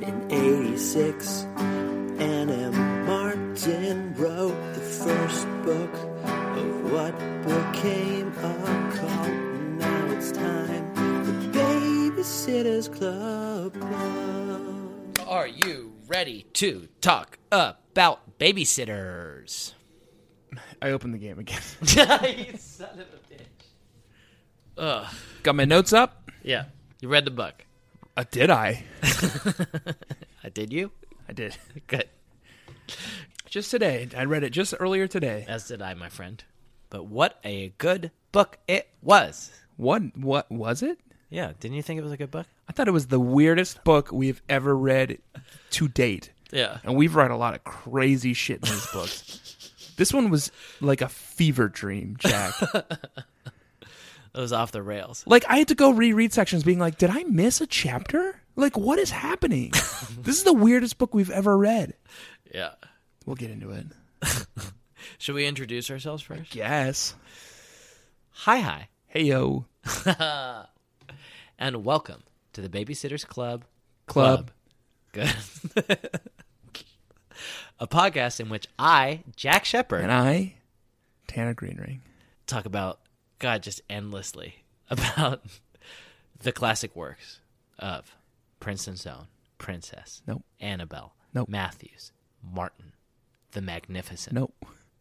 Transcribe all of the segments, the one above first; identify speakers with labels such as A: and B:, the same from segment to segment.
A: in 86. Anna Martin wrote the first book of what became a cult. Now it's time for Babysitter's Club. Club.
B: Are you ready to talk about babysitters?
C: I opened the game again.
B: you son of a bitch. Ugh.
C: Got my notes up.
B: Yeah. You read the book.
C: Uh, did I?
B: I did you?
C: I did.
B: Good.
C: Just today. I read it just earlier today.
B: As did I, my friend. But what a good book it was.
C: What? What was it?
B: Yeah. Didn't you think it was a good book?
C: I thought it was the weirdest book we've ever read to date.
B: Yeah.
C: And we've read a lot of crazy shit in these books. This one was like a fever dream, Jack.
B: It was off the rails.
C: like I had to go reread sections being like, did I miss a chapter? Like what is happening? this is the weirdest book we've ever read.
B: Yeah.
C: We'll get into it.
B: Should we introduce ourselves first?
C: Yes.
B: Hi, hi.
C: Hey yo.
B: And welcome to the Babysitters Club.
C: Club.
B: Good. a podcast in which I, Jack Shepard,
C: And I, Tanner Greenring.
B: talk about God just endlessly about the classic works of Princeton's own Princess,
C: Nope.
B: Annabelle,
C: Nope.
B: Matthews, Martin, the Magnificent,
C: Nope.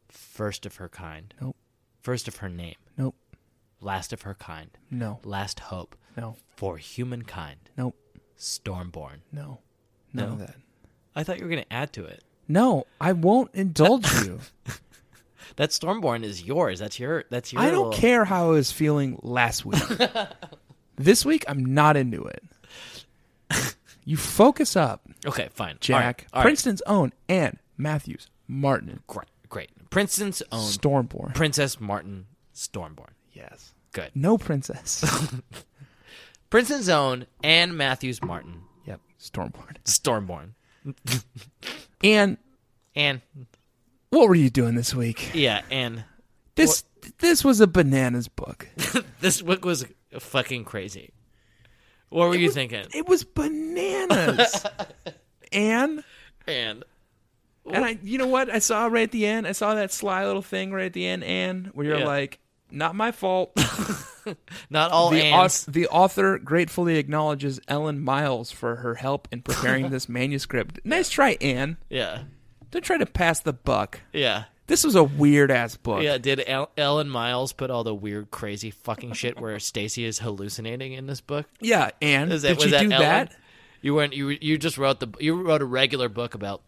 B: first of her kind,
C: Nope.
B: first of her name,
C: Nope.
B: last of her kind,
C: No.
B: last hope
C: No.
B: for humankind,
C: Nope.
B: Stormborn.
C: No. None
B: No.
C: of that.
B: I thought you were going to add to it.
C: No, I won't indulge you.
B: That Stormborn is yours. That's your. That's your.
C: I don't
B: little-
C: care how I was feeling last week. this week, I'm not into it. You focus up,
B: Okay, fine. All right,
C: Jack.
B: all right.
C: Princeton's own and Matthews, Martin,
B: Great, great. Princeton's own
C: Stormborn.
B: Princess Martin Stormborn.
C: yes.
B: Good.
C: No princess.
B: Princeton's own and Matthews Martin
C: yep. Stormborn.
B: Stormborn.
C: And
B: And
C: what were you doing this week?
B: yeah, and
C: This this was a bananas book.
B: this book was fucking crazy. What were you thinking?
C: It was bananas. and
B: And
C: And I, you know what? I saw right at the end. I saw that sly little thing right at the end, Anne, where you're
B: Yeah.
C: like, "Not my fault."
B: not all
C: the,
B: ands.
C: auth- the author gratefully acknowledges Ellen Miles for her help in preparing this manuscript. Nice try, Anne.
B: yeah,
C: Don't try to pass the buck.
B: yeah,
C: This was a weird ass book.
B: yeah. Did El- Ellen Miles put all the weird, crazy, fucking shit where Stacy is hallucinating in this book?
C: yeah, Anne.
B: Is that,
C: did
B: was
C: you
B: that
C: do
B: Ellen?
C: that?
B: You weren't. You you just wrote the. You wrote a regular book about.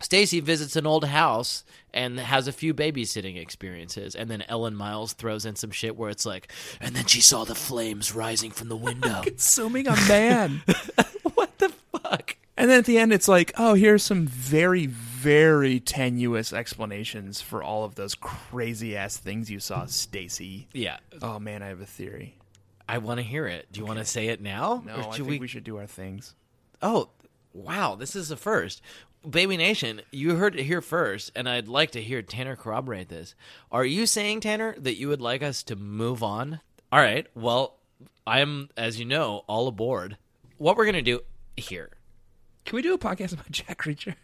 B: Stacy visits an old house and has a few babysitting experiences, and then Ellen Miles throws in some shit where it's like, and then she saw the flames rising from the window.
C: Assuming a man.
B: what the fuck?
C: and then at the end, it's like, oh, here's some very, very tenuous explanations for all of those crazy ass things you saw, Stacy.
B: Yeah,
C: Oh man, I have a theory.
B: I want to hear it. Do you want to say it now?
C: No,
B: Or
C: I think we... should do our things.
B: Oh, wow! This is the first. Baby Nation, you heard it here first, and I'd like to hear Tanner corroborate this. Are you saying, Tanner, that you would like us to move on? All right. Well, I'm, as you know, all aboard. What we're going to do here.
C: Can we do a podcast about Jack Reacher?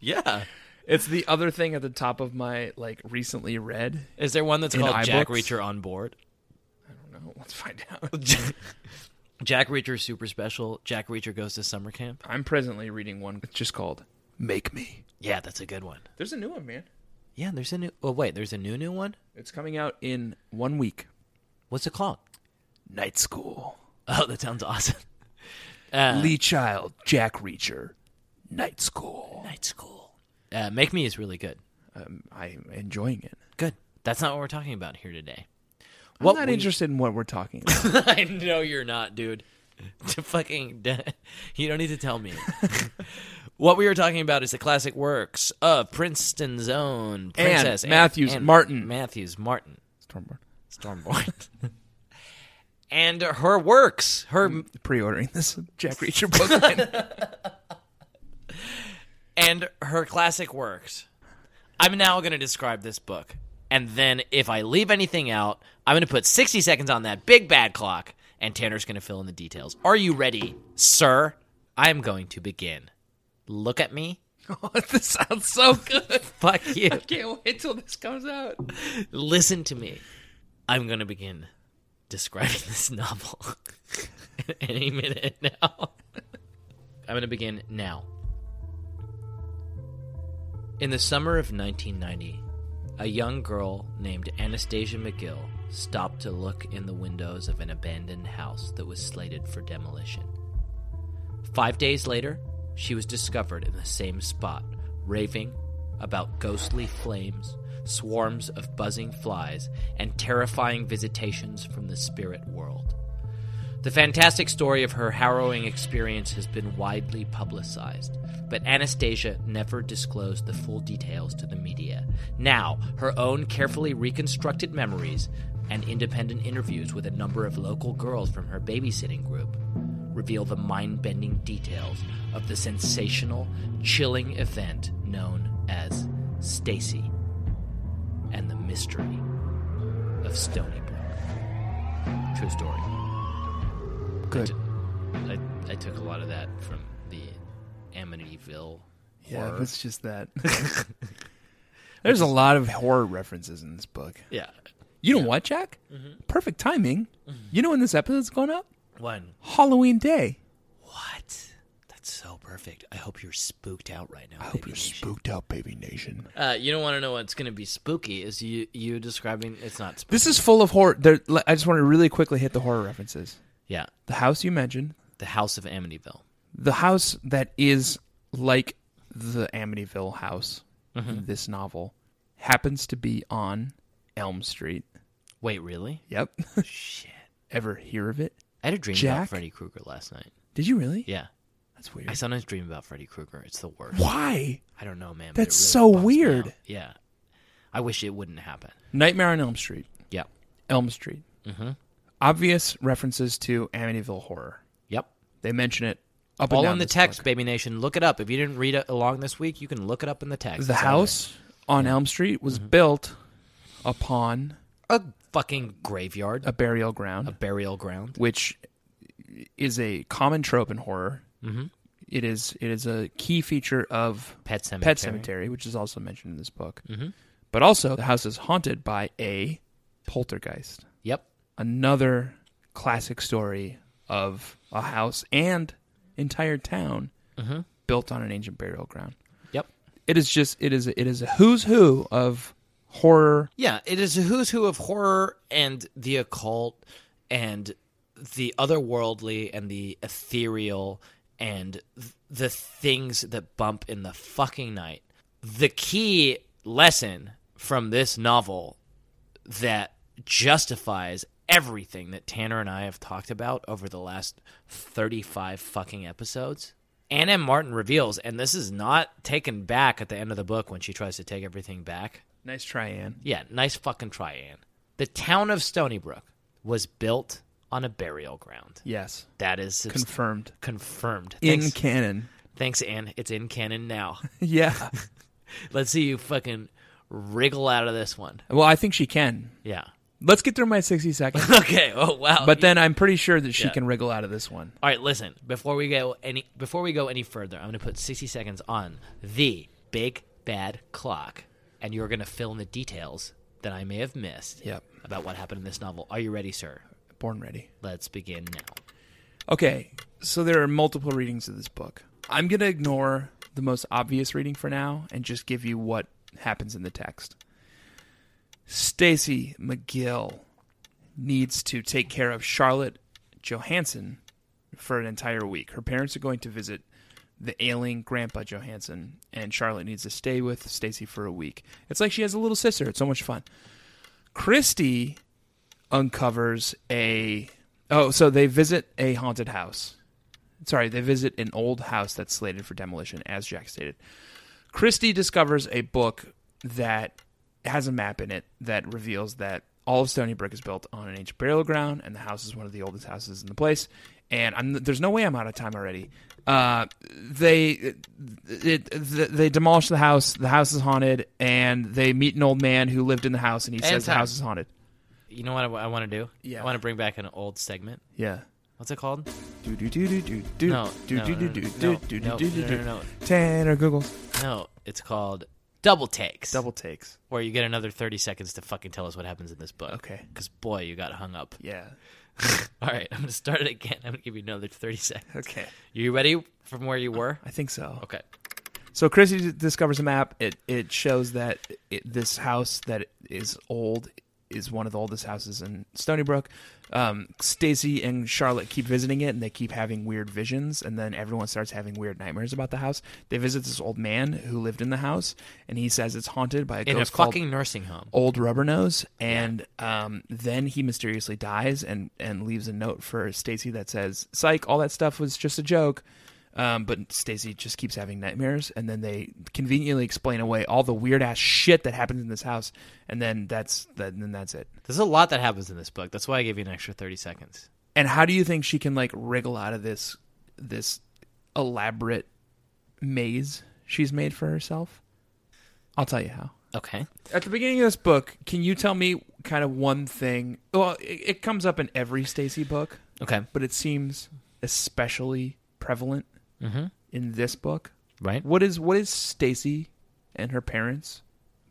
B: Yeah.
C: It's the other thing at the top of my like recently read.
B: Is there one that's
C: In
B: called Jack
C: iBooks?
B: Reacher on board?
C: No, let's find out.
B: Jack Reacher super special. Jack Reacher goes to summer camp.
C: I'm presently reading one It's just called Make Me.
B: Yeah, that's a good one.
C: There's a new one, man.
B: Yeah, there's a new. Oh, wait, there's a new, new one?
C: It's coming out in one week.
B: What's it called?
C: Night School.
B: Oh, that sounds awesome. Uh,
C: Lee Child, Jack Reacher, Night School.
B: Night school. Uh, Make Me is really good.
C: Um, I'm enjoying it.
B: Good. That's not what we're talking about here today.
C: I'm not
B: we-
C: interested in what we're talking about.
B: I know you're not, dude. to fucking, you don't need to tell me. what we were talking about is the classic works of Princeton's own Princess Anne-
C: Matthews
B: Anne-
C: Martin.
B: Matthews Martin
C: Stormborn.
B: Stormborn, and her works, her
C: Pre-ordering this Jack Reacher book. right
B: and her classic works. I'm now going to describe this book. And then if I leave anything out, I'm going to put 60 seconds on that big bad clock. and Tanner's going to fill in the details. Are you ready, sir? I'm going to begin. Look at me.
C: this sounds so good.
B: Fuck you.
C: Can't wait till this comes out.
B: Listen to me. I'm going to begin describing this novel any minute now. I'm going to begin now. In the summer of 1990, a young girl named Anastasia McGill stopped to look in the windows of an abandoned house that was slated for demolition. Five days later, she was discovered in the same spot, raving about ghostly flames, swarms of buzzing flies, and terrifying visitations from the spirit world. The fantastic story of her harrowing experience has been widely publicized, but Anastasia never disclosed the full details to the media. Now, her own carefully reconstructed memories and independent interviews with a number of local girls from her babysitting group reveal the mind bending details of the sensational, chilling event known as Stacy and the mystery of Stony Brook. True story.
C: Good.
B: I, I took a lot of that from the Amityville
C: Yeah,
B: horror.
C: it's just that. There's a lot of horror references in this book.
B: yeah.
C: You know what, Jack?
B: Mm-hmm.
C: Perfect timing. You know when this episode's going up?
B: One.
C: Halloween Day.
B: What? That's so perfect. I hope you're spooked out right now. I
C: Hope you're spooked out, baby nation.
B: Uh, you don't want to know what's going to be spooky. Is you you describing? It's not spooky.
C: This is full of horror. There, le- I just want to really quickly hit the horror references.
B: Yeah,
C: The house you mentioned,
B: the House of Amityville.
C: the house that is like the Amityville house
B: Mm-hmm.
C: in this novel, happens to be on Elm Street.
B: Wait, really?
C: Yep.
B: Shit.
C: Ever hear of it?
B: I had a dream about
C: Jack?
B: Freddy Krueger last night.
C: Did you really?
B: Yeah,
C: That's weird.
B: I sometimes dream about Freddy Krueger. It's the worst.
C: Why?
B: I don't know, man. but it
C: That's
B: really
C: so
B: bums me
C: weird.
B: out. Yeah, I wish it wouldn't happen.
C: Nightmare on Elm Street.
B: Yeah.
C: Elm Street.
B: Mm-hmm.
C: Obvious references to Amityville horror.
B: Yep.
C: They mention it up and
B: All
C: down
B: in the
C: this
B: text,
C: book.
B: baby nation. Look it up. If you didn't read it along this week, you can look it up in the text.
C: The
B: It's on
C: house on Elm Street was
B: Mm-hmm.
C: built upon
B: there. a fucking graveyard,
C: a burial ground,
B: a burial ground.
C: which is a common trope in horror.
B: Mm-hmm.
C: It is it is a key feature of
B: Pet cemetery. Mm-hmm.
C: Pet Cemetery, which is also mentioned in this book. But also, the house is haunted by a poltergeist.
B: Yep.
C: another classic story of a house and entire town
B: Mm-hmm.
C: built on an ancient burial ground.
B: Yep.
C: It is just it is it is a who's who of horror.
B: Yeah, it is a who's who of horror and the occult and the otherworldly and the ethereal and th- the things that bump in the fucking night. The key lesson from this novel that justifies everything that Tanner and I have talked about over the last 35 fucking episodes. Anna Martin reveals, and this is not taken back at the end of the book when she tries to take everything back.
C: Nice try, Anne.
B: Yeah, nice fucking try, Anne. The town of Stony Brook was built on a burial ground.
C: Yes,
B: That is subs-
C: confirmed
B: confirmed.
C: in
B: Thanks,
C: canon.
B: thanks, Anne. It's in canon now.
C: yeah.
B: Let's see you fucking wriggle out of this one.
C: Well, I think she can.
B: Yeah.
C: Let's get through my sixty seconds.
B: Okay. Oh wow.
C: But then I'm pretty sure that she
B: Yeah.
C: can wriggle out of this one.
B: all right. Listen, before we go any before we go any further, I'm going to put 60 seconds on the big bad clock, and you're going to fill in the details that I may have missed.
C: Yep.
B: About what happened in this novel. Are you ready, sir?
C: Born ready.
B: Let's begin now.
C: Okay, so there are multiple readings of this book. I'm going to ignore the most obvious reading for now and just give you what happens in the text. Stacy McGill needs to take care of Charlotte Johansson for an entire week. Her parents are going to visit the ailing grandpa Johansson, and Charlotte needs to stay with Stacy for a week. It's like she has a little sister. It's so much fun. Christy uncovers a oh so they visit a haunted house sorry they visit an old house that's slated for demolition as jack stated christie discovers a book that has a map in it that reveals that all of stony brook is built on an ancient burial ground and the house is one of the oldest houses in the place and I'm, there's no way i'm out of time already uh, they it, it, they demolish the house the house is haunted and they meet an old man who lived in the house and he says the
B: time.
C: house is haunted
B: You know what I, want to do?
C: Yeah.
B: I want to bring back an old segment.
C: Yeah.
B: What's it called?
C: Do do do do do do
B: No,
C: do
B: no,
C: do
B: no,
C: do do
B: no,
C: do
B: no,
C: do
B: no,
C: do do
B: no,
C: do.
B: no, no.
C: Tanner Googles
B: No, it's called Double Takes.
C: double takes.
B: Where you get another 30 seconds to fucking tell us what happens in this book.
C: Okay.
B: Because, boy, you got hung up.
C: Yeah.
B: All right, I'm going to start it again. I'm going to give you another 30 seconds.
C: Okay.
B: You ready from where you were?
C: I think so.
B: Okay.
C: So Chrissy d- discovers a map. It it shows that it, this house that is old is one of the oldest houses in Stony Brook. Um, Stacy and Charlotte keep visiting it, and they keep having weird visions. And then everyone starts having weird nightmares about the house. They visit this old man who lived in the house, and he says it's haunted by a
B: In a
C: ghost called
B: fucking nursing home.
C: Old Rubber Nose. And um, then he mysteriously dies and and leaves a note for Stacy that says, "Psych, all that stuff was just a joke." Um, but Stacy just keeps having nightmares, and then they conveniently explain away all the weird ass shit that happens in this house, and then that's that, then that's it.
B: There's a lot that happens in this book. That's why I gave you an extra 30 seconds.
C: And how do you think she can like wriggle out of this this elaborate maze she's made for herself? I'll tell you how.
B: Okay.
C: At the beginning of this book, can you tell me kind of one thing? Well, it, it comes up in every Stacy book,
B: Okay.
C: but it seems especially prevalent in this book.
B: Right?
C: What is what is Stacy and her parents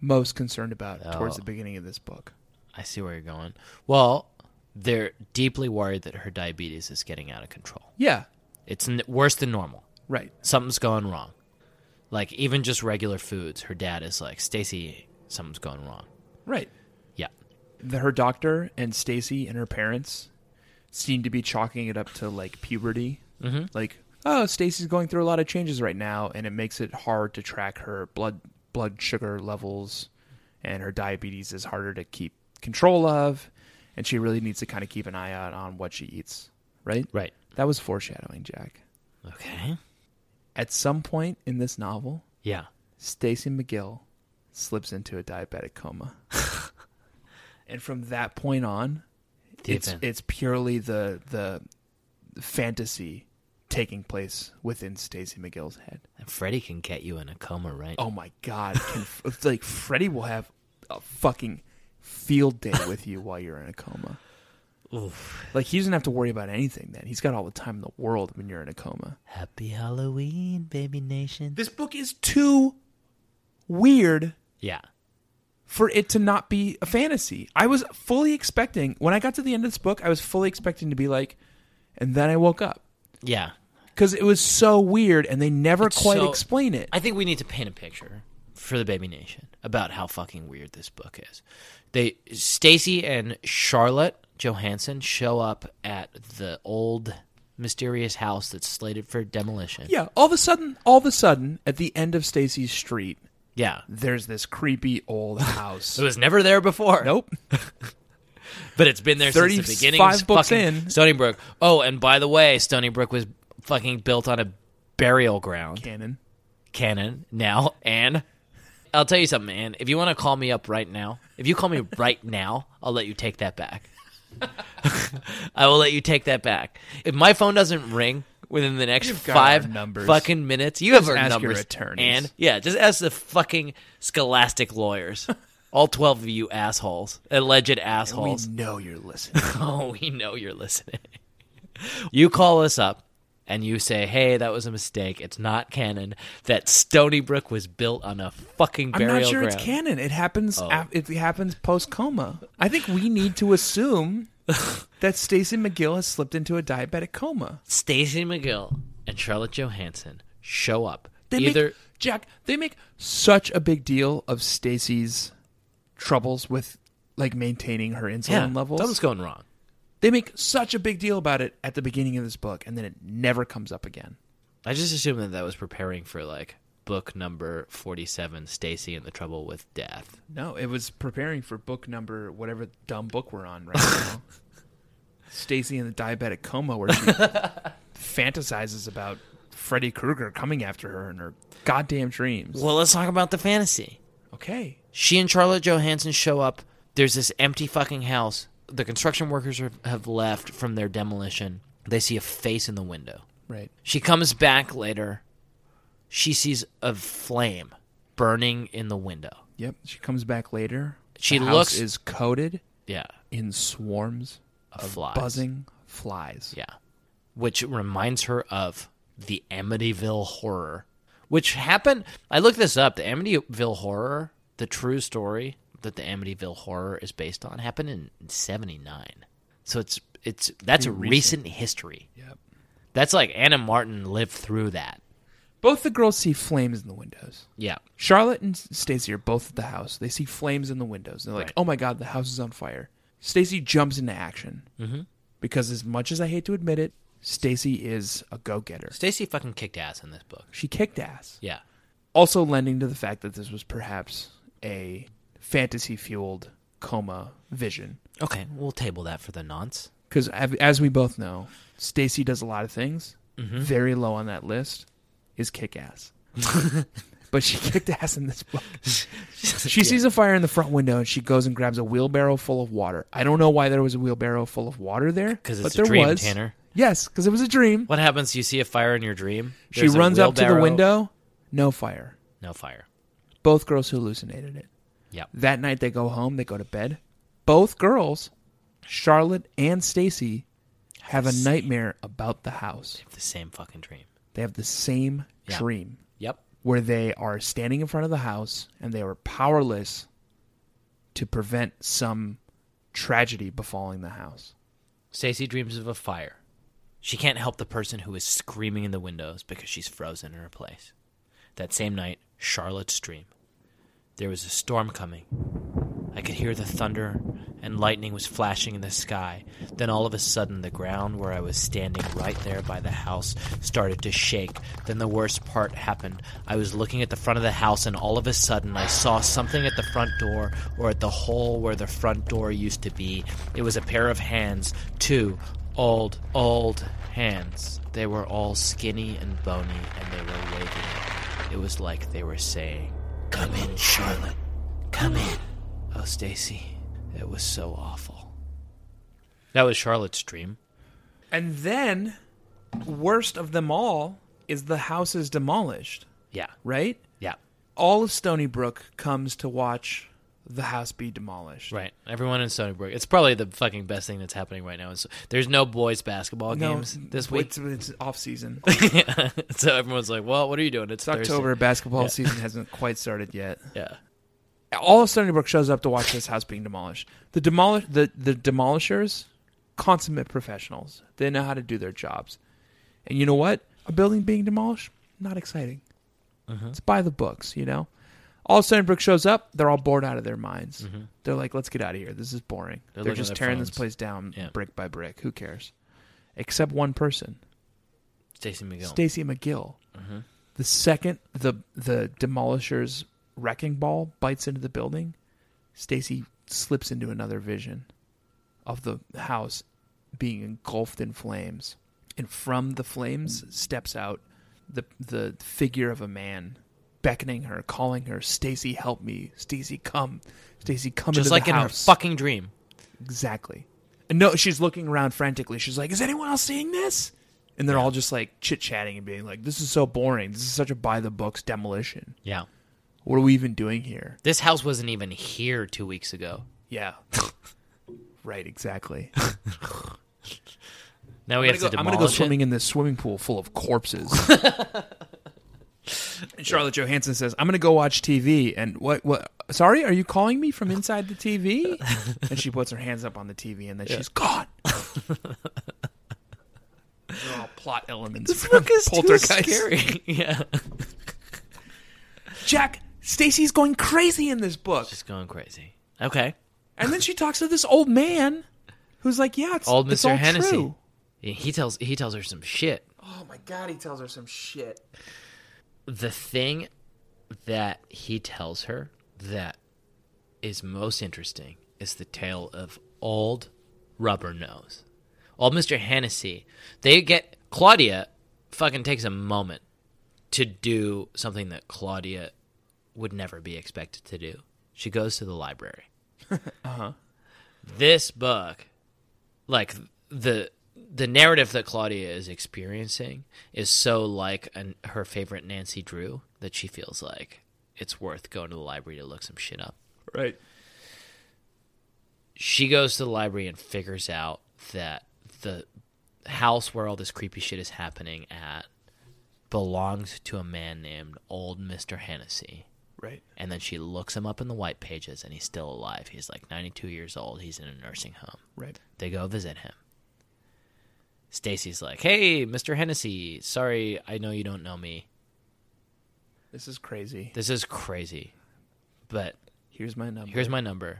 C: most concerned about towards
B: Oh.
C: the beginning of this book?
B: I see where you're going. Well, they're deeply worried that her diabetes is getting out of control.
C: Yeah,
B: It's n- worse than normal.
C: right.
B: Something's gone wrong. Like even just regular foods, her dad is like, "Stacy, something's gone wrong."
C: Right.
B: Yeah.
C: The, her doctor and Stacy and her parents seem to be chalking it up to like puberty. Mm-hmm. Like, oh, Stacy's going through a lot of changes right now, and it makes it hard to track her blood blood sugar levels, and her diabetes is harder to keep control of, and she really needs to kind of keep an eye out on what she eats. Right.
B: Right.
C: That was foreshadowing, Jack.
B: Okay.
C: At some point in this novel,
B: Yeah.
C: Stacy McGill slips into a diabetic coma. and from that point on,
B: The
C: it's
B: event.
C: it's purely the the fantasy taking place within Stacy McGill's head.
B: And Freddy can get you in a coma, right?
C: Oh my god, can, it's like Freddy will have a fucking field day with you while you're in a coma.
B: Oof.
C: Like he doesn't have to worry about anything then. He's got all the time in the world when you're in a coma.
B: Happy Halloween, baby nation.
C: This book is too weird
B: Yeah.
C: for it to not be a fantasy. I was fully expecting when I got to the end of this book, I was fully expecting to be like, and then I woke up
B: Yeah.
C: because it was so weird, and they never
B: It's
C: quite
B: so-
C: explain it.
B: I think we need to paint a picture for the Baby Nation about how fucking weird this book is. They Stacy and Charlotte Johansson show up at the old mysterious house that's slated for demolition.
C: yeah, all of a sudden, all of a sudden, at the end of Stacy's street,
B: Yeah.
C: there's this creepy old house.
B: It was never there before.
C: nope.
B: But it's been there since the beginning.
C: 35
B: of
C: books
B: fucking
C: in.
B: Stony Brook. Oh, and by the way, Stony Brook was fucking built on a burial ground.
C: Canon.
B: Canon now. And I'll tell you something, man. If you want to call me up right now, if you call me right now, I'll let you take that back. I will let you take that back. If my phone doesn't ring within the next
C: You've got our
B: five
C: numbers.
B: fucking minutes, you have our
C: ask your
B: numbers.
C: attorneys.
B: And yeah, just ask the fucking scholastic lawyers. All twelve of you assholes, alleged
C: We
B: assholes.
C: know you're listening.
B: Oh, we know you're listening. you call us up and you say, hey, that was a mistake. It's not canon that Stony Brook was built on a fucking
C: I'm
B: burial
C: not sure
B: ground. Oh.
C: it's canon. It happens. af- it happens post coma. I think we need to assume that Stacy McGill has slipped into a diabetic coma.
B: Stacey McGill and Charlotte Johansson show up.
C: They
B: Either
C: make, Jack, they make such a big deal of Stacy's troubles with like maintaining her insulin
B: yeah,
C: levels.
B: something's going wrong.
C: They make such a big deal about it at the beginning of this book, and then it never comes up again.
B: I just assumed that that was preparing for like book number 47, Stacy and the Trouble with Death.
C: No, it was preparing for book number whatever dumb book we're on right now. Stacy in the diabetic coma, where she fantasizes about Freddy Krueger coming after her in her goddamn dreams.
B: Well, let's talk about the fantasy.
C: Okay,
B: She and Charlotte Johansson show up. There's this empty fucking house. The construction workers have, have left from their demolition. They see a face in the window.
C: right.
B: She comes back later. She sees a flame burning in the window.
C: Yep. She comes back later.
B: She
C: The
B: looks-
C: house is coated.
B: Yeah.
C: in swarms
B: Of
C: of
B: flies.
C: buzzing flies.
B: Yeah. Which reminds her of the Amityville horror, which happened. I looked this up. The Amityville horror, the true story that the Amityville horror is based on, happened in 79. So it's, it's, that's a recent history.
C: Yep.
B: That's like Anna Martin lived through that.
C: Both the girls see flames in the windows.
B: Yeah.
C: Charlotte and Stacy are both at the house. They see flames in the windows. They're like,
B: Right.
C: "Oh my god, the house is on fire!" Stacy jumps into action mm-hmm. because, as much as I hate to admit it, Stacy is a go-getter.
B: Stacy fucking kicked ass in this book.
C: She kicked ass.
B: Yeah.
C: Also, lending to the fact that this was perhaps a fantasy-fueled coma vision.
B: Okay. We'll table that for the nonce.
C: because as we both know, Stacy does a lot of things.
B: Mm-hmm.
C: Very low on that list is kick ass, but she kicked ass in this book. She sees a fire in the front window and she goes and grabs a wheelbarrow full of water. I don't know why there was a wheelbarrow full of water there,
B: 'Cause it's
C: but
B: a
C: there
B: dream,
C: was.
B: Tanner.
C: Yes, because it was a dream.
B: What happens? You see a fire in your dream.
C: She
B: There's a
C: runs up to the
B: wheelbarrow.
C: window, no fire.
B: No fire.
C: Both girls hallucinated it.
B: Yep.
C: That night they go home, they go to bed. Both girls, Charlotte and Stacy, have a nightmare about the house.
B: The same fucking dream.
C: They have the same
B: Yeah.
C: dream
B: Yep.
C: where they are standing in front of the house and they were powerless to prevent some tragedy befalling the house.
B: Stacy dreams of a fire. She can't help the person who is screaming in the windows because she's frozen in her place. That same night, Charlotte's dream. There was a storm coming. I could hear the thunder, and lightning was flashing in the sky. Then all of a sudden, the ground where I was standing right there by the house started to shake. Then the worst part happened. I was looking at the front of the house, and all of a sudden, I saw something at the front door or at the hole where the front door used to be. It was a pair of hands, two old, old hands. They were all skinny and bony, and they were waving. It was like they were saying, Come in, Charlotte. Come in. Oh, Stacy, it was so awful. That was Charlotte's dream.
C: And then, worst of them all, is the house is demolished,
B: Yeah.
C: right?
B: Yeah.
C: All of Stony Brook comes to watch the house be demolished.
B: Right. Everyone in Stony Brook. It's probably the fucking best thing that's happening right now. Is there's no boys basketball games this week.
C: It's, it's off season.
B: so everyone's like, well, what are you doing? It's,
C: It's October.
B: Thursday.
C: Basketball
B: Yeah.
C: season hasn't quite started yet.
B: Yeah.
C: all of Stony Brook shows up to watch this house being demolished. The demolish the, the demolishers, consummate professionals. They know how to do their jobs. And you know what? A building being demolished, not exciting.
B: Mm-hmm.
C: It's by the books, you know. All of Stony Brook shows up. They're all bored out of their minds. They're like, "Let's get out of here. This is boring.
B: Mm-hmm. They're looking
C: They're,
B: at
C: just
B: their
C: tearing this
B: phones.
C: place down
B: Yeah.
C: brick by brick. Who cares?" Except one person,
B: Stacy McGill. Mm-hmm.
C: Stacy McGill. The second the the demolisher's wrecking ball bites into the building, Stacy slips into another vision of the house being engulfed in flames, and from the flames steps out the the figure of a man beckoning her, calling her, "Stacy, help me! Stacy, come! Stacy, come into
B: Just like
C: the
B: in her
C: house!"
B: fucking dream.
C: Exactly. And no, she's looking around frantically. She's like, "Is anyone else seeing this?" And they're all just like chit chatting and being like, "This is so boring. This is such a by the books demolition.
B: Yeah.
C: What are we even doing here?"
B: This house wasn't even here two weeks ago.
C: Yeah. right. Exactly.
B: Now we
C: I'm
B: have
C: gonna,
B: to
C: go,
B: demolish
C: I'm gonna go
B: it?
C: swimming in this swimming pool full of corpses. and Charlotte Johansson says, "I'm gonna go watch TV." And what? What? Sorry, are you calling me from inside the TV? and she puts her hands up on the TV, and then she's gone. They're all plot elements from Poltergeist.
B: yeah.
C: Jack, Stacy's going crazy in this book,
B: Just going crazy. Okay.
C: and then she talks to this old man, who's like, "Yeah, it's
B: Old
C: it's
B: Mr.
C: all
B: Hennessy.
C: true."
B: He tells he tells her some shit.
C: Oh my god, he tells her some shit.
B: the thing that he tells her that is most interesting is the tale of old rubber nose old mr hennessy they get claudia fucking takes a moment to do something that claudia would never be expected to do she goes to the library uh-huh this book like the the narrative that Claudia is experiencing is so like an, her favorite Nancy Drew that she feels like it's worth going to the library to look some shit up.
C: Right.
B: she goes to the library and figures out that the house where all this creepy shit is happening at belongs to a man named Old Mr. Hennessy.
C: Right.
B: And then she looks him up in the white pages and he's still alive. He's like 92 years old. He's in a nursing home.
C: Right.
B: They go visit him. Stacy's like, "Hey, Mr. Hennessy, sorry, I know you don't know me.
C: This is crazy.
B: This is crazy, but
C: Here's my number.
B: here's my number.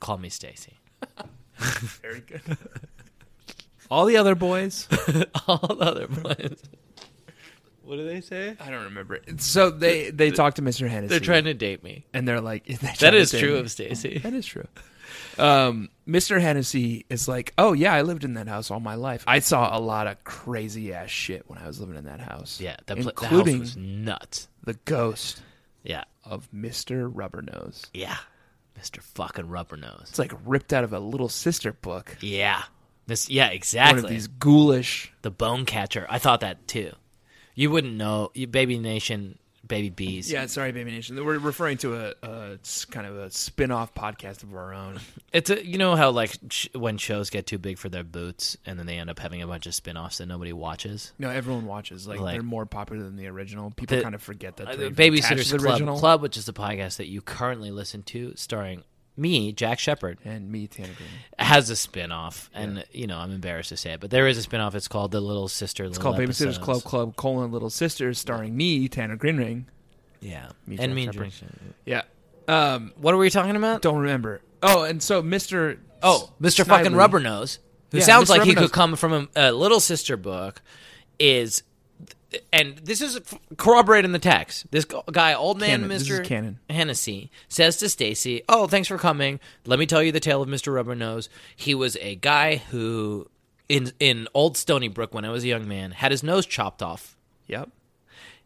B: Call me Stacy."
C: Very good. All the other boys.
B: All the other ones. What do they say?
C: I don't remember it. So they they talk to Mr. Hennessy.
B: They're trying to date me.
C: and they're like they try
B: That
C: to
B: is
C: say-
B: true of Stacy.
C: That is true. Um, Mr. Hennessy is like, oh yeah, I lived in that house all my life. I saw a lot of crazy ass shit when I was living in that house.
B: Yeah, that, pla- that house
C: including
B: was nuts.
C: the ghost
B: Yeah,
C: of Mr. Rubbernose.
B: yeah. Mr. Fucking Rubber Nose.
C: It's like ripped out of a Little Sister book.
B: Yeah, Miss. Yeah,
C: One
B: exactly.
C: of these ghoulish.
B: The Bone Catcher. I thought that too. You wouldn't know, you Baby Nation, Baby Bees.
C: Yeah, sorry, Baby Nation. We're referring to a, a s- kind of a spin-off podcast of our own.
B: It's a, you know how like sh- when shows get too big for their boots and then they end up having a bunch of spin-offs that nobody watches.
C: No, everyone watches. Like,
B: Like-
C: they're more popular than the original. People
B: The-
C: kind of forget that.
B: Uh,
C: they're
B: the
C: even attached
B: Babysitter's
C: to the
B: Club,
C: original.
B: Club, which is the podcast that you currently listen to, starring me, Jack Shepard,
C: and me, Tanner Green.
B: has a spin-off and you know, I'm embarrassed to say it, but there is a spin-off. It's called The Little Sister
C: It's called Babysitter's Club Club colon Little Sisters, starring me, Tanner Greenring.
B: Yeah.
C: Me,
B: and
C: Jack
B: me
C: Shepard.
B: Jack-
C: Yeah. Um,
B: What were we talking about?
C: don't remember. Oh, and so Mr.
B: Oh, Mr. Fucking
C: Snidely-
B: Rubber Nose, who
C: Yeah,
B: sounds
C: Mr.
B: like he
C: Rubbernose.
B: could come from a, a Little Sister book, is, and this is corroborating the text. This gu- guy, old man
C: Canon. This is
B: Mr.
C: canon.
B: Hennessy, says to Stacy, "Oh, thanks for coming. Let me tell you the tale of Mr. Rubber Nose. He was a guy who, in in old Stony Brook, when I was a young man, had his nose chopped off."
C: Yep.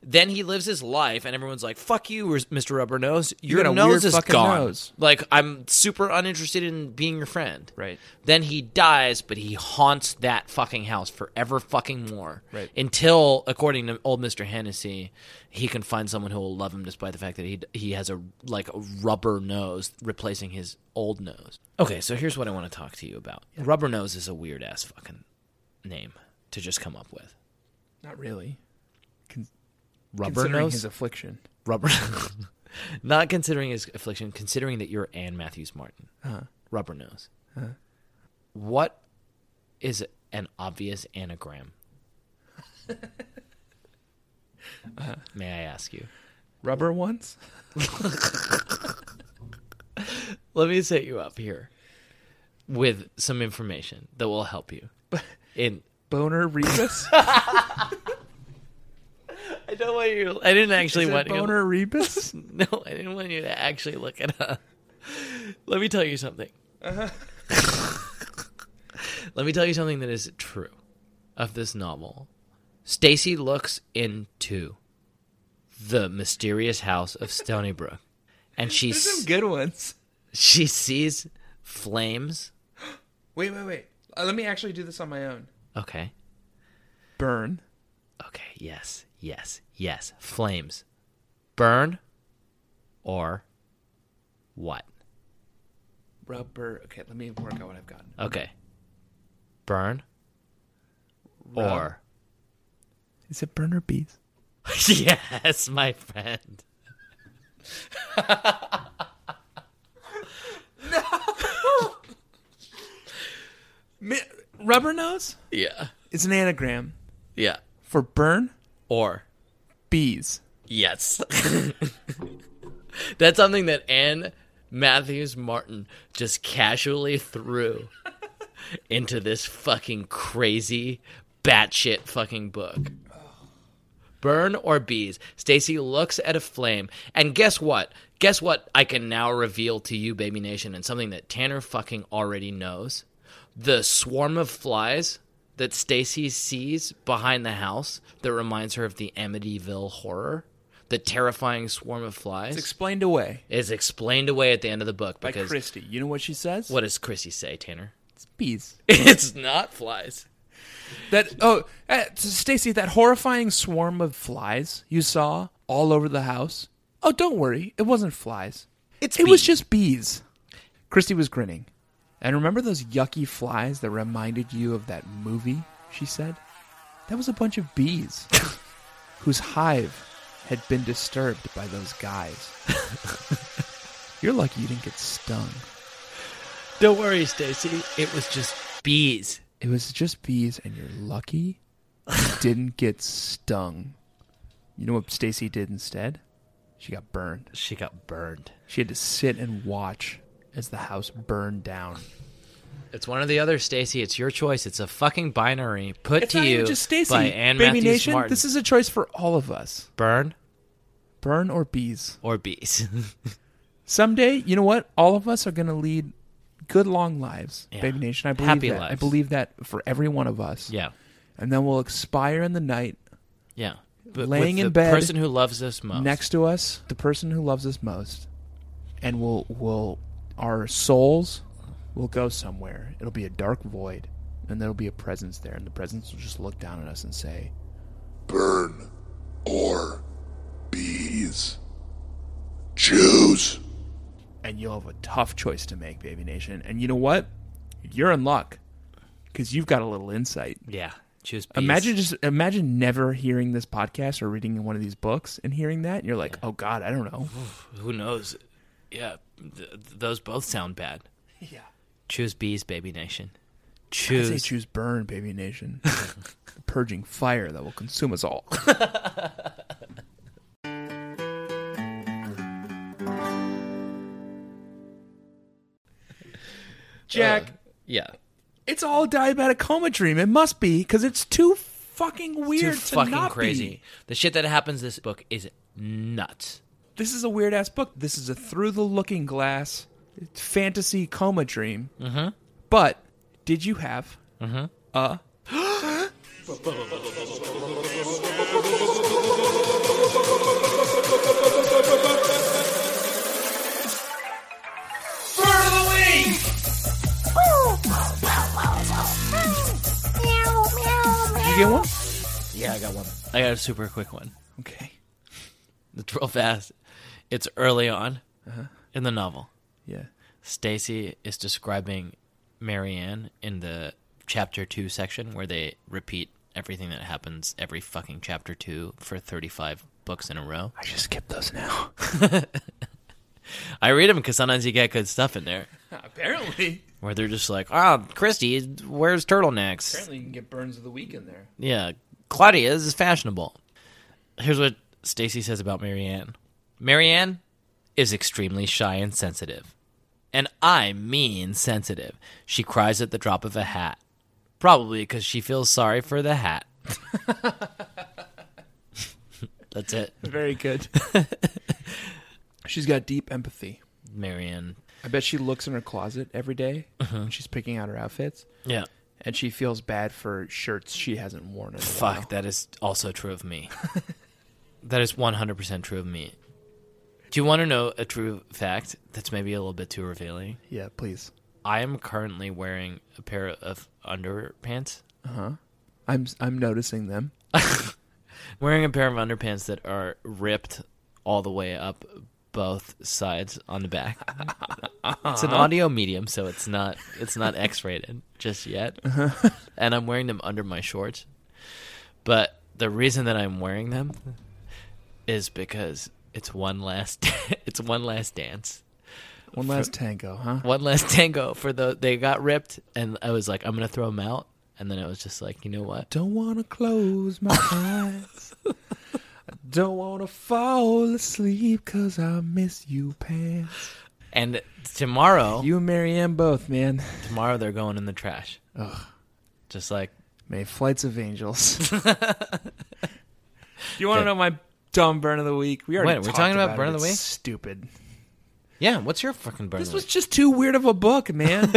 B: Then he lives his life, and everyone's like, "Fuck you, Mr. Rubber Nose.
C: You
B: Your
C: got a
B: nose
C: weird
B: is
C: fucking
B: gone.
C: nose."
B: Like, I'm super uninterested in being your friend."
C: Right.
B: Then he dies, but he haunts that fucking house forever, fucking more.
C: Right.
B: Until, according to old Mister Hennessy, he can find someone who will love him, despite the fact that he he has a like a rubber nose replacing his old nose. Okay, so here's what I want to talk to you about. Rubber nose is a weird ass fucking name to just come up with.
C: Not really. Con-
B: Rubber
C: considering
B: nose
C: his affliction.
B: rubber not considering his affliction considering that you're anne matthews martin rubber nose what is an obvious anagram may i ask you
C: Rubber ones?
B: let me set you up here with some information that will help you in
C: Boner rebus?
B: i don't want you i didn't actually
C: Is it
B: want you
C: boner rebus?
B: No, I didn't want you to actually look it up. Let me tell you something. Let me tell you something that is true of this novel. Stacy looks into the mysterious house of Stony Brook, and she
C: There's
B: s-
C: some good ones.
B: she sees flames.
C: Wait, wait, wait. Uh, let me actually do this on my own.
B: Okay,
C: Burn.
B: okay, yes, yes, yes. Flames, burn, or what?
C: Rubber. Okay, let me work out what I've got.
B: Okay, burn
C: Rub-
B: or
C: Is it burner bees?
B: yes, my friend.
C: Mi- rubber nose?
B: Yeah.
C: It's an anagram
B: Yeah.
C: for burn
B: Or
C: bees.
B: yes. That's something that Anne Matthews Martin just casually threw into this fucking crazy batshit fucking book. Burn or bees. Stacy looks at a flame, and guess what? Guess what? I can now reveal to you, Baby Nation, and something that Tanner fucking already knows. The swarm of flies that Stacy sees behind the house that reminds her of the Amityville horror, the terrifying swarm of flies,
C: It's explained away
B: is explained away at the end of the book
C: by
B: because
C: Christy. You know what she says?
B: what does Chrissy say, Tanner?
C: It's bees.
B: it's not flies.
C: That oh, uh, Stacy, that horrifying swarm of flies you saw all over the house. Oh, don't worry, it wasn't flies.
B: It's
C: it was
B: bees.
C: just bees. Christy was grinning And remember those yucky flies that reminded you of that movie, she said? That was a bunch of bees whose hive had been disturbed by those guys. You're lucky you didn't get stung.
B: Don't worry, Stacy. It was just bees.
C: It was just bees, and you're lucky you didn't get stung. You know what Stacy did instead? She got burned.
B: She got burned.
C: She had to sit and watch as the house burned down.
B: It's one or the other, Stacy. It's your choice. It's a fucking binary put
C: It's
B: to
C: not
B: you
C: even just Stacy.
B: by Ann
C: Baby
B: Matthews
C: Nation,
B: Martin.
C: this is a choice for all of us.
B: burn
C: Burn or bees.
B: or bees.
C: Someday, you know what? All of us are going to lead good long lives,
B: Yeah.
C: Baby Nation. I believe
B: Happy
C: that. I
B: lives.
C: believe that for every one of us.
B: yeah,
C: And then we'll expire in the night
B: yeah. But
C: Laying
B: with the
C: in bed
B: person who loves us most.
C: next to us, the person who loves us most, and we'll will our souls will go somewhere. It'll be a dark void, and there'll be a presence there, and the presence will just look down at us and say,
D: burn or bees. Choose.
C: and you'll have a tough choice to make, Baby Nation. And you know what? You're in luck because you've got a little insight.
B: yeah, choose bees.
C: Imagine just imagine never hearing this podcast or reading one of these books and hearing that, and you're like, oh God, I don't know.
B: who knows. Yeah, th- th- those both sound bad.
C: Yeah.
B: Choose bees, baby nation.
C: I say
B: Choose.
C: choose burn, Baby Nation. Purging fire that will consume us all. Jack,
B: uh, yeah,
C: it's all a diabetic coma dream. It must be because it's too fucking
B: too
C: weird to
B: fucking
C: not
B: crazy.
C: be.
B: The shit that happens in this book is nuts.
C: This is a weird ass book. This is a through the looking glass fantasy coma dream. Mm-hmm. But did you have a
E: You
C: you get one?
B: Yeah, I got one. I got a super quick one.
C: Okay.
B: It's real fast. It's early on in the novel.
C: Yeah.
B: Stacy is describing Marianne in the chapter two section where they repeat everything that happens every fucking chapter two for 35 books in a row.
C: I should skip those now.
B: I read them because sometimes you get good stuff in there
C: Apparently.
B: where they're just like, oh, Christy wears turtlenecks.
C: Apparently you can get burns of the week in there.
B: Yeah, Claudia is fashionable. Here's what Stacy says about Marianne. Marianne is extremely shy and sensitive. And I mean sensitive. She cries at the drop of a hat. Probably because she feels sorry for the hat. That's it,
C: Very good. She's got deep empathy.
B: Marianne.
C: I bet she looks in her closet every day when she's picking out her outfits,
B: Yeah.
C: and she feels bad for shirts she hasn't worn in a while.
B: Fuck, that is also true of me. that is 100% true of me. Do you want to know a true fact that's maybe a little bit too revealing?
C: Yeah, please.
B: I am currently wearing a pair of underpants.
C: I'm I'm noticing them.
B: Wearing a pair of underpants that are ripped all the way up both sides on the back. It's an audio medium, so it's not it's not X rated just yet. And I'm wearing them under my shorts. But the reason that I'm wearing them is because it's one last it's one last dance.
C: One last tango, huh?
B: one last tango for the they got ripped and I was like I'm gonna throw them out and then I was just like you know what
C: Don't wanna close my eyes. I don't wanna fall asleep cause I miss you, pants.
B: and tomorrow
C: You and Marianne both, man.
B: tomorrow they're going in the trash just like
C: May flights of angels. Do you wanna know my dumb burn of the week? We already
B: Wait, we're
C: talked
B: talking about burn
C: it.
B: of the
C: It's
B: week?
C: Stupid.
B: yeah what's your fucking burn
C: This
B: rate?
C: was just too weird of a book, man.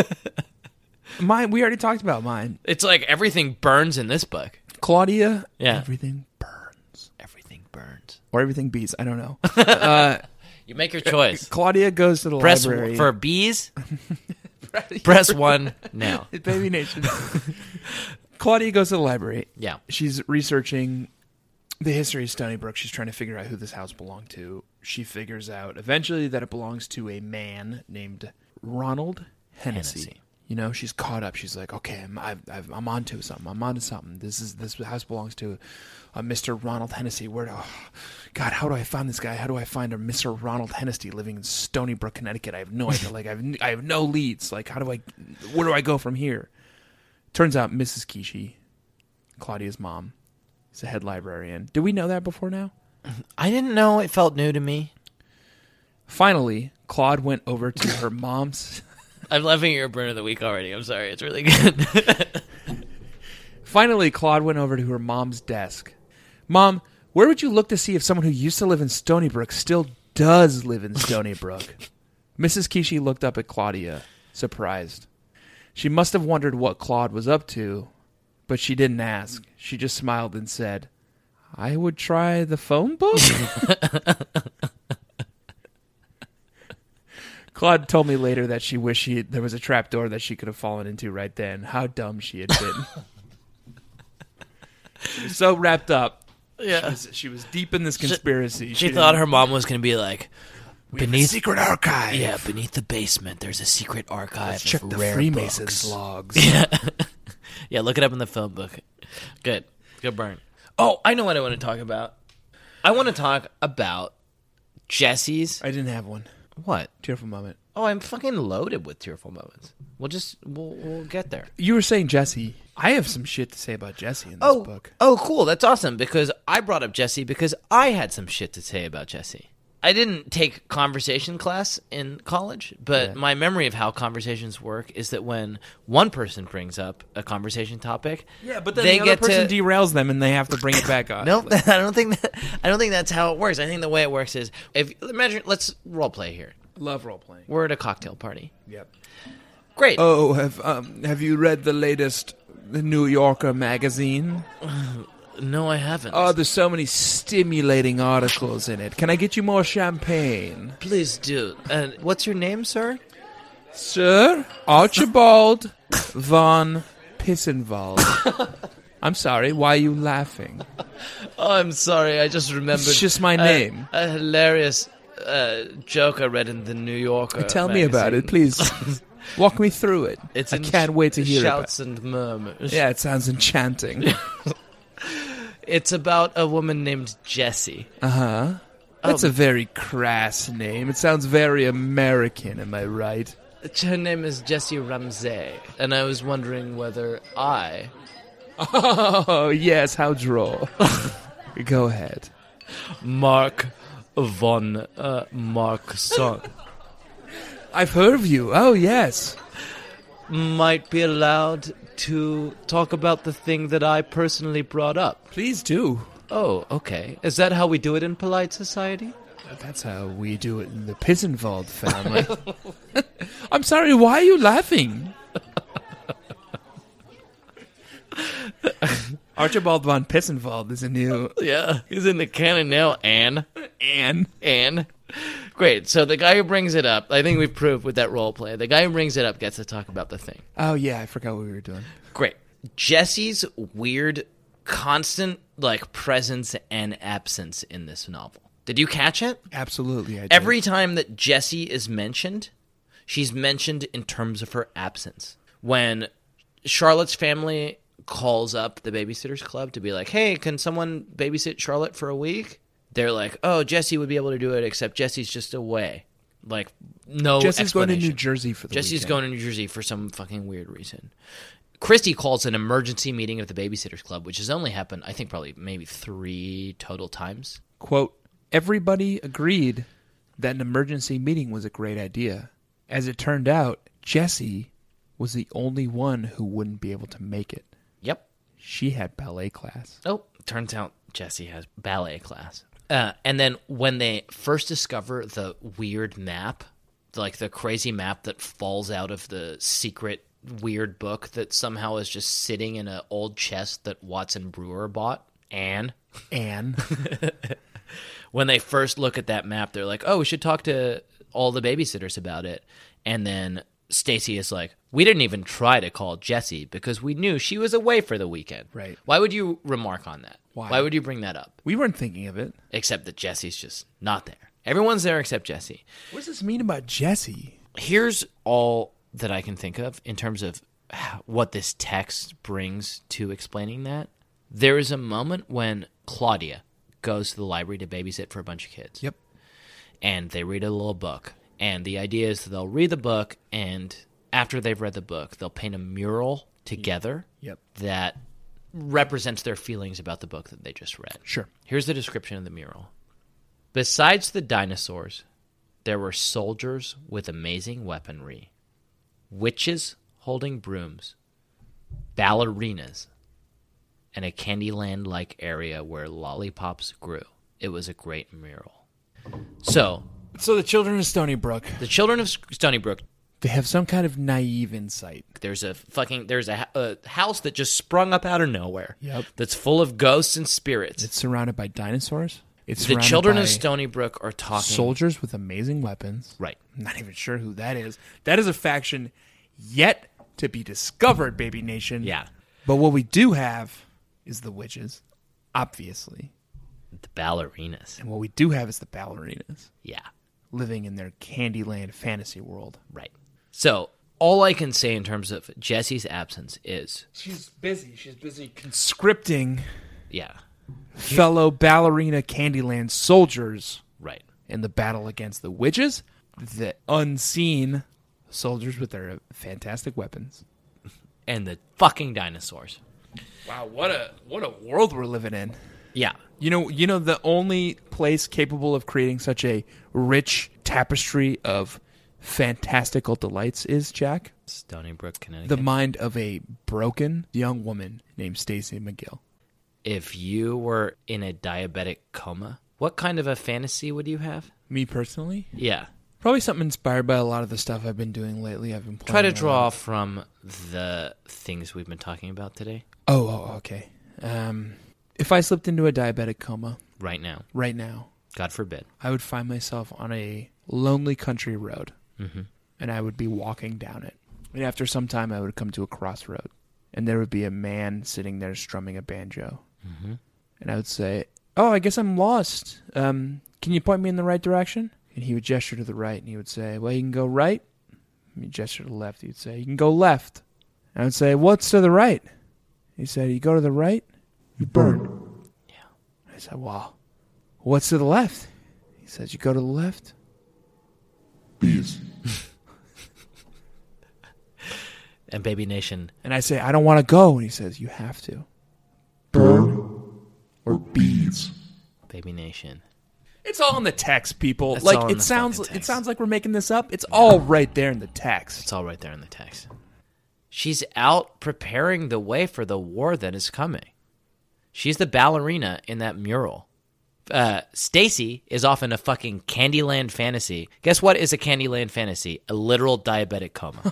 C: mine we already talked about mine.
B: it's like everything burns in this book
C: Claudia
B: Yeah.
C: Everything burns.
B: everything burns
C: Or everything bees. I don't know.
B: you make your choice
C: Claudia goes to the
B: press
C: library.
B: for bees press one now
C: Baby Nation. Claudia goes to the library.
B: yeah
C: She's researching the history of Stony Brook. She's trying to figure out who this house belonged to. She figures out eventually that it belongs to a man named Ronald Hennessy.
B: Hennessy.
C: You know, she's caught up. She's like, okay, I'm I've, I've, I'm onto something. I'm onto something. This is this house belongs to a Mr. Ronald Hennessy. Where, oh, God, how do I find this guy? How do I find a Mr. Ronald Hennessy living in Stony Brook, Connecticut? I have no idea. Like, I've I have no leads. Like, how do I? Where do I go from here? Turns out, Mrs. Kishi, Claudia's mom, is a head librarian. Did we know that before now?
B: I didn't know it felt new to me.
C: Finally, Claude went over to her mom's.
B: I'm laughing at your burn of the week already. I'm sorry. It's really good.
C: Finally, Claude went over to her mom's desk. Mom, where would you look to see if someone who used to live in Stony Brook still does live in Stony Brook? Mrs. Kishi looked up at Claudia, surprised. She must have wondered what Claude was up to, but she didn't ask. She just smiled and said, I would try the phone book? Claude told me later that she wished she there was a trap door that she could have fallen into right then. How dumb she had been. she was so wrapped up.
B: yeah.
C: She was, she was deep in this conspiracy.
B: She
C: didn't-
B: thought her mom was going to be like,
C: We have a
B: beneath-
C: secret archive.
B: yeah, beneath the basement, there's a secret archive
C: Let's check
B: of
C: the
B: rare
C: Freemasons
B: books.
C: logs.
B: Yeah, look it up in the phone book. Good. Good burn. Oh, I know what I want to talk about. I want to talk about Jesse's.
C: I didn't have one.
B: What?
C: Tearful moment.
B: Oh, I'm fucking loaded with tearful moments. We'll just, we'll, we'll get there.
C: You were saying Jesse. I have some shit to say about Jesse in this
B: Oh,
C: book.
B: oh, cool. That's awesome because I brought up Jesse because I had some shit to say about Jesse. I didn't take conversation class in college, but my memory of how conversations work is that when one person brings up a conversation topic, they get to,
C: derails them and they have to bring it back on.
B: Nope, I don't think that. I don't think that's how it works. I think the way it works is if imagine. Let's role play here.
C: Love role playing.
B: We're at a cocktail party.
C: Yep.
B: Great.
C: Oh, have um, have you read the latest the New Yorker magazine?
B: no, I haven't.
C: Oh, there's so many stimulating articles in it. Can I get you more champagne,
B: Please do. And what's your name, sir?
C: sir? Archibald von Pissenwald. I'm sorry. Why are you laughing?
B: Oh, I'm sorry. I just remembered.
C: It's just my
B: a-
C: name.
B: A, hilarious uh, joke I read in the New Yorker.
C: Uh, Tell me about it, please. Walk me through it.
B: It's
C: I
B: in
C: can't wait to hear about it.
B: shouts and murmurs.
C: Yeah, it sounds enchanting.
B: It's about a woman named Jessie.
C: That's a very crass name. It sounds very American, am I right?
B: Her name is Jessie Ramsey, and I was wondering whether I
C: Oh, yes, how droll. Go ahead.
B: Mark von uh, Markson
C: I've heard of you. Oh, yes.
B: might be allowed to talk about the thing that I personally brought up.
C: Please do.
B: Oh, okay. Is that how we do it in polite society?
C: That's how we do it in the Pisenwald family. I'm sorry, why are you laughing? Archibald von Pisenwald is a new
B: Yeah, he's in the canon now, Anne.
C: Anne.
B: Anne. Great. So the guy who brings it up, I think we've proved with that role play, the guy who brings it up gets to talk about the thing.
C: Oh, yeah, I forgot what we were doing.
B: Great. Jesse's weird, constant like presence and absence in this novel. Did you catch it?
C: Absolutely, I did.
B: Every time that Jessie is mentioned, she's mentioned in terms of her absence. When Charlotte's family calls up the babysitters club to be like, "Hey, can someone babysit Charlotte for a week?" They're like, "Oh, Jessie would be able to do it, except Jessie's just away." Like, no.
C: Jesse's going to New
B: explanation.
C: Jersey for the
B: Jesse's
C: weekend.
B: going to New Jersey for some fucking weird reason. Christy calls an emergency meeting of the babysitters club, which has only happened, I think, probably maybe three total times.
C: quote, everybody agreed that an emergency meeting was a great idea. As it turned out, Jessie was the only one who wouldn't be able to make it.
B: Yep.
C: She had ballet class.
B: Oh, turns out Jesse has ballet class. Uh, and then when they first discover the weird map, like the crazy map that falls out of the secret weird book that somehow is just sitting in an old chest that Watson Brewer bought, Anne,
C: Anne,
B: when they first look at that map, they're like, "Oh, we should talk to all the babysitters about it." And then Stacy is like, "We didn't even try to call Jessie because we knew she was away for the weekend."
C: Right.
B: Why would you remark on that?
C: Why?
B: Why would you bring that up?
C: we weren't thinking of it.
B: Except that Jesse's just not there. Everyone's there except Jesse.
C: What does this mean about Jessie?
B: Here's all that I can think of in terms of what this text brings to explaining that. There is a moment when Claudia goes to the library to babysit for a bunch of kids.
C: Yep.
B: And they read a little book. And the idea is that they'll read the book, and after they've read the book, they'll paint a mural together
C: Yep.
B: that represents their feelings about the book that they just read.
C: Sure.
B: Here's the description of the mural. Besides the dinosaurs, there were soldiers with amazing weaponry, witches holding brooms, ballerinas, and a Candyland like area where lollipops grew. It was a great mural. So,
C: So the children of Stony Brook,
B: the children of Stony Brook
C: they have some kind of naive insight.
B: There's a fucking there's a, a house that just sprung up out of nowhere.
C: Yep.
B: That's full of ghosts and spirits.
C: It's surrounded by dinosaurs. It's
B: the
C: surrounded
B: children
C: by
B: of Stony Brook are talking.
C: soldiers with amazing weapons.
B: right.
C: I'm not even sure who that is. That is a faction yet to be discovered, baby nation.
B: Yeah.
C: But what we do have is the witches, obviously.
B: The ballerinas.
C: And what we do have is the ballerinas
B: Yeah.
C: living in their Candyland fantasy world.
B: Right. So all I can say in terms of Jesse's absence is
C: She's busy. She's busy conscripting
B: yeah.
C: fellow ballerina Candyland soldiers
B: Right.
C: in the battle against the witches, the unseen soldiers with their fantastic weapons.
B: And the fucking dinosaurs.
C: Wow, what a what a world we're living in.
B: Yeah.
C: You know, you know the only place capable of creating such a rich tapestry of fantastical delights is Jack,
B: Stony Brook, Connecticut.
C: the mind of a broken young woman named Stacy McGill.
B: if you were in a diabetic coma, what kind of a fantasy would you have?
C: Me personally,
B: Yeah.
C: probably something inspired by a lot of the stuff I've been doing lately. I've been playing
B: Try to
C: a lot
B: draw
C: of-
B: from the things we've been talking about today
C: Oh, oh, okay. Um, if I slipped into a diabetic coma
B: right now.
C: right now,
B: God forbid.
C: I would find myself on a lonely country road and I would be walking down it. And after some time, I would come to a crossroad and there would be a man sitting there strumming a banjo. And I would say, Oh, I guess I'm lost. Um, can you point me in the right direction? And he would gesture to the right and he would say, Well, you can go right. And he'd gesture to the left. He'd say, You can go left. And I would say, What's to the right? He said, You go to the right, you burn. Yeah. I said, Wow. What's to the left? He says, You go to the left?
D: Bees.
B: And Baby Nation,
C: And I say, I don't want to go. And he says, You have to.
D: Burn or bees.
B: Baby Nation.
C: It's all in the text, people.
B: It's all
C: like
B: in
C: it
B: the
C: sounds
B: fucking
C: it
B: text.
C: sounds like we're making this up. It's all right there in the text.
B: It's all right there in the text. She's out preparing the way for the war that is coming. She's the ballerina in that mural. Uh, Stacy is off in a fucking Candyland fantasy. Guess what is a Candyland fantasy? A literal diabetic coma.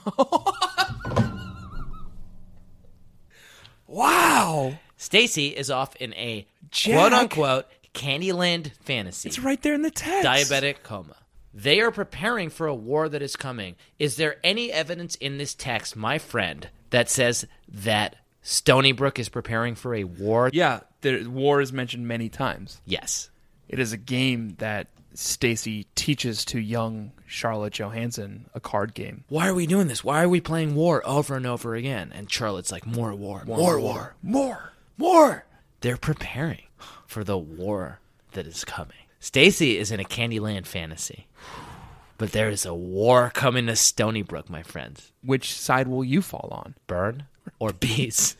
C: Wow.
B: Stacy is off in a
C: Jack.
B: quote unquote Candyland fantasy.
C: It's right there in the text.
B: diabetic coma. They are preparing for a war that is coming. Is there any evidence in this text, my friend, that says that Stony Brook is preparing for a war?
C: Yeah, the war is mentioned many times.
B: Yes.
C: It is a game that Stacy teaches to young Charlotte Johansson, a card game.
B: Why are we doing this? Why are we playing war over and over again? And Charlotte's like, more war, more, war,
C: More.
B: more. They're preparing for the war that is coming. Stacy is in a Candyland fantasy, but there is a war coming to Stony Brook, my friends.
C: Which side will you fall on?
B: Burn or bees.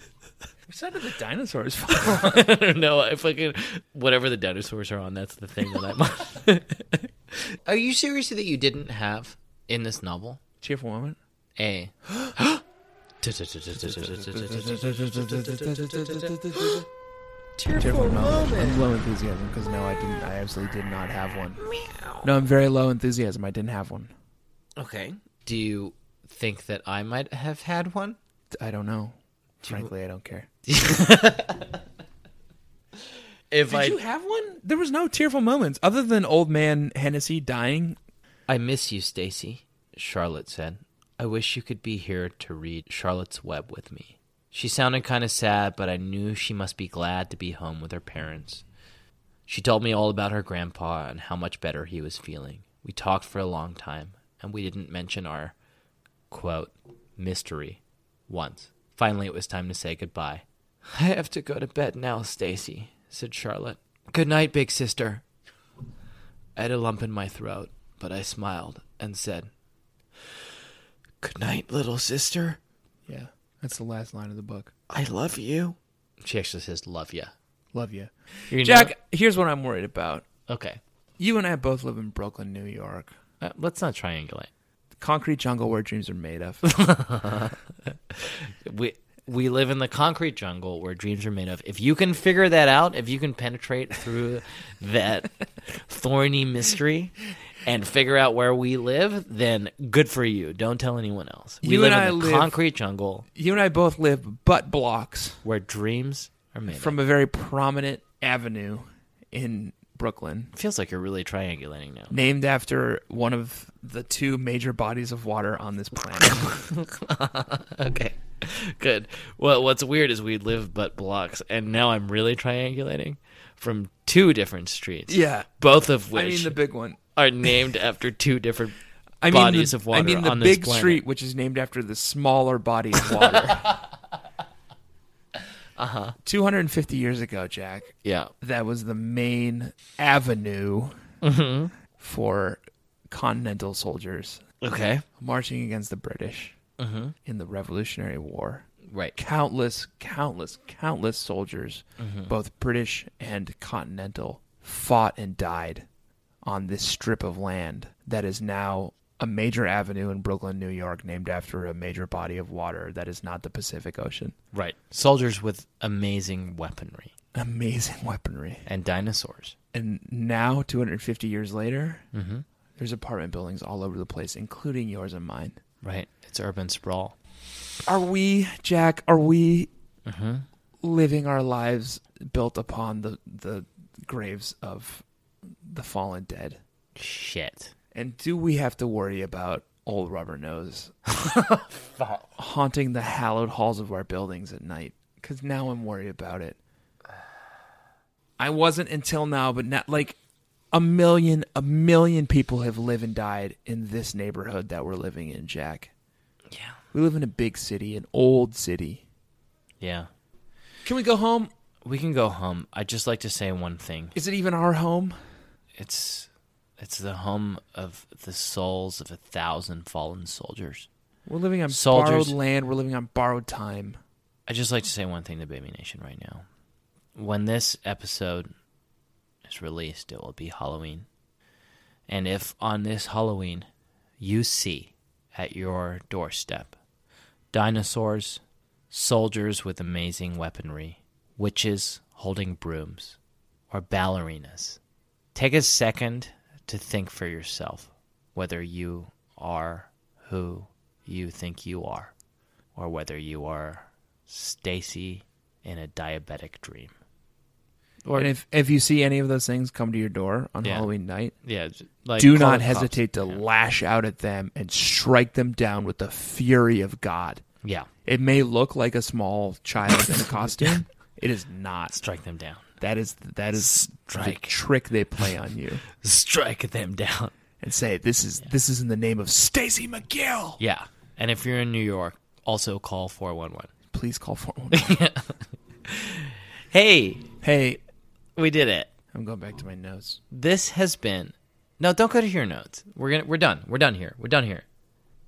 C: Which side of the dinosaurs
B: I don't know. I fucking whatever the dinosaurs are on, that's the thing that I'm on. are you serious that you didn't have in this novel
C: Cheerful moment.
B: a?
C: Tearful moment. I'm low enthusiasm because no, I didn't. I absolutely did not have one. No, I'm very low enthusiasm. I didn't have one.
B: okay. Do you think that I might have had one?
C: I don't know. Frankly, I don't care.
B: If I
C: have one? There was no tearful moments other than old man Hennessy dying.
B: I miss you, Stacy, Charlotte said. I wish you could be here to read Charlotte's Web with me. She sounded kind of sad, but I knew she must be glad to be home with her parents. She told me all about her grandpa and how much better he was feeling. We talked for a long time, and we didn't mention our quote, mystery once. Finally, it was time to say goodbye. I have to go to bed now, Stacy, said Charlotte. Good night, big sister. I had a lump in my throat, but I smiled and said, Good night, little sister.
C: Yeah, that's the last line of the book.
B: I love you. She actually says, Love ya.
C: Love you,
B: You're
C: Jack. Here's what I'm worried about.
B: never- okay.
C: You and I both live in Brooklyn, New York,
B: Uh, let's not triangulate.
C: the concrete jungle where dreams are made of.
B: we we live in the concrete jungle where dreams are made of. If you can figure that out, if you can penetrate through that thorny mystery and figure out where we live, then good for you. Don't tell anyone else. We
C: You
B: live
C: and
B: in
C: I
B: the
C: live-
B: concrete jungle
C: you and I both live butt blocks
B: where dreams are made
C: from
B: of.
C: a very prominent avenue in Brooklyn,
B: Feels like you're really triangulating now.
C: named after one of the two major bodies of water on this planet.
B: Okay. Good. Well, what's weird is we live but blocks, and now I'm really triangulating from two different streets.
C: yeah,
B: Both of which
C: I mean the big one.
B: are named after two different
C: I mean
B: bodies
C: the,
B: of water
C: I mean the
B: on this
C: big
B: planet.
C: street, which is named after the smaller body of water. uh
B: Uh-huh.
C: huh. Two hundred and fifty years ago, Jack.
B: Yeah.
C: that was the main avenue
B: Mm-hmm.
C: for continental soldiers
B: Okay.
C: marching against the British
B: Mm-hmm.
C: in the Revolutionary War.
B: Right.
C: Countless, countless, countless soldiers, both British and continental, fought and died on this strip of land that is now a major avenue in Brooklyn, New York, named after a major body of water that is not the Pacific Ocean.
B: Right. Soldiers with amazing weaponry
C: Amazing weaponry.
B: and dinosaurs.
C: and now 250 years later there's apartment buildings all over the place including yours and mine
B: Right. It's urban sprawl.
C: are we jack are we living our lives built upon the the graves of the fallen dead
B: Shit.
C: and do we have to worry about old rubber nose haunting the hallowed halls of our buildings at night? Because now I'm worried about it. I wasn't until now, but not like a million, a million people have lived and died in this neighborhood that we're living in, Jack.
B: Yeah.
C: We live in a big city, an old city.
B: Yeah.
C: Can we go home?
B: We can go home. I'd just like to say one thing.
C: Is it even our home?
B: It's it's the home of the souls of a thousand fallen soldiers.
C: We're living on
B: Soldiers.
C: borrowed land. We're living on borrowed time.
B: I'd just like to say one thing to Baby Nation right now. When this episode is released, it will be Halloween. And if on this Halloween you see at your doorstep dinosaurs, soldiers with amazing weaponry, witches holding brooms, or ballerinas, take a second to think for yourself whether you are who you think you are or whether you are Stacy in a diabetic dream. Or
C: And if if you see any of those things come to your door on
B: Yeah.
C: Halloween night,
B: yeah, j- like
C: do
B: call
C: not
B: the
C: hesitate to lash out at them and strike them down with the fury of God.
B: cops. Yeah,
C: It may look like a small child in a costume. It is not.
B: strike them down.
C: That is that is
B: Strike.
C: the trick they play on you
B: Strike them down.
C: and say this is this is in the name of Stacy McGill.
B: Yeah, and if you're in New York, also call four one one.
C: Please call for
B: Hey,
C: Hey,
B: we did it.
C: I'm going back to my notes.
B: This has been. No, don't go to your notes. We're gonna. We're done. We're done here. We're done here.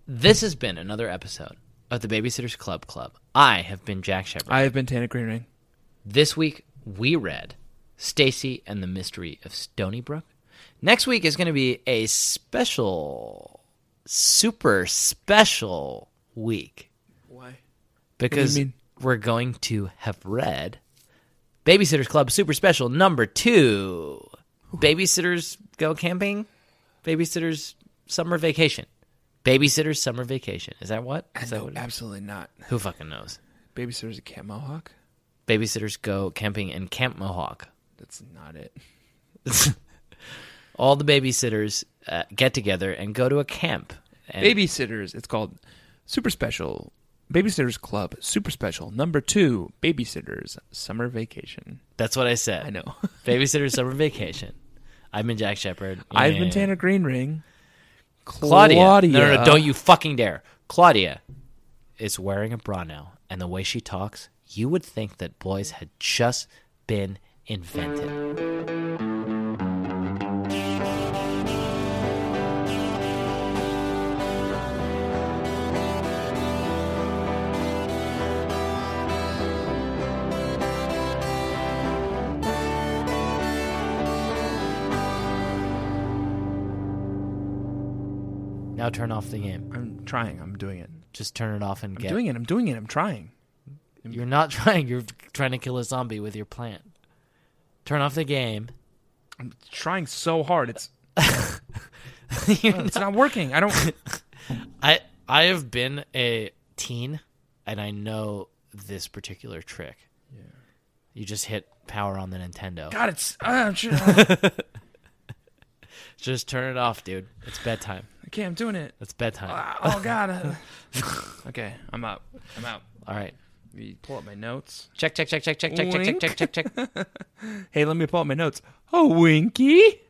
B: This has been another episode of the Babysitters Club Club. I have been Jack Shepard.
C: I have been Tana Greenring.
B: This week we read Stacy and the Mystery of Stony Brook. Next week is going to be a special, super special week
C: Why?
B: because
C: mean?
B: we're going to have read Babysitters Club Super Special number two. Babysitters go camping. Babysitters summer vacation. Babysitters summer vacation. Is that what? Is that
C: No,
B: what? it-
C: absolutely not.
B: Who fucking knows?
C: Babysitter's a cat mohawk.
B: Babysitters go camping in Camp Mohawk.
C: That's not it.
B: all the babysitters uh, get together and go to a camp. And
C: Babysitters. It's called Super Special. Babysitters Club Super Special Number 2 Babysitters Summer Vacation.
B: that's what I said.
C: I know.
B: Babysitters summer vacation. I've been Jack Shepard.
C: I've
B: Yeah.
C: been Tanner Greenring.
B: Claudia. No, no, no, don't you fucking dare. Claudia is wearing a bra now, and the way she talks, you would think that boys had just been invented. Now turn off the game.
C: I'm trying. I'm doing it.
B: Just turn it off and
C: I'm
B: get.
C: doing it. I'm doing it. I'm trying.
B: You're not trying. You're trying to kill a zombie with your plant. Turn off the game.
C: I'm trying so hard. It's
B: You're
C: it's not working. I don't.
B: I I have been a teen, and I know this particular trick. You just hit power on the Nintendo.
C: God, it's. Uh, I'm ju- uh,
B: Just turn it off, dude. It's bedtime.
C: okay, I'm doing it.
B: It's bedtime.
C: Ah, Oh God. uh. okay, I'm out. I'm out.
B: All right.
C: Let me pull up my notes.
B: Check check check check check check check check check check check.
C: Hey, let me pull up my notes. Oh, Winky.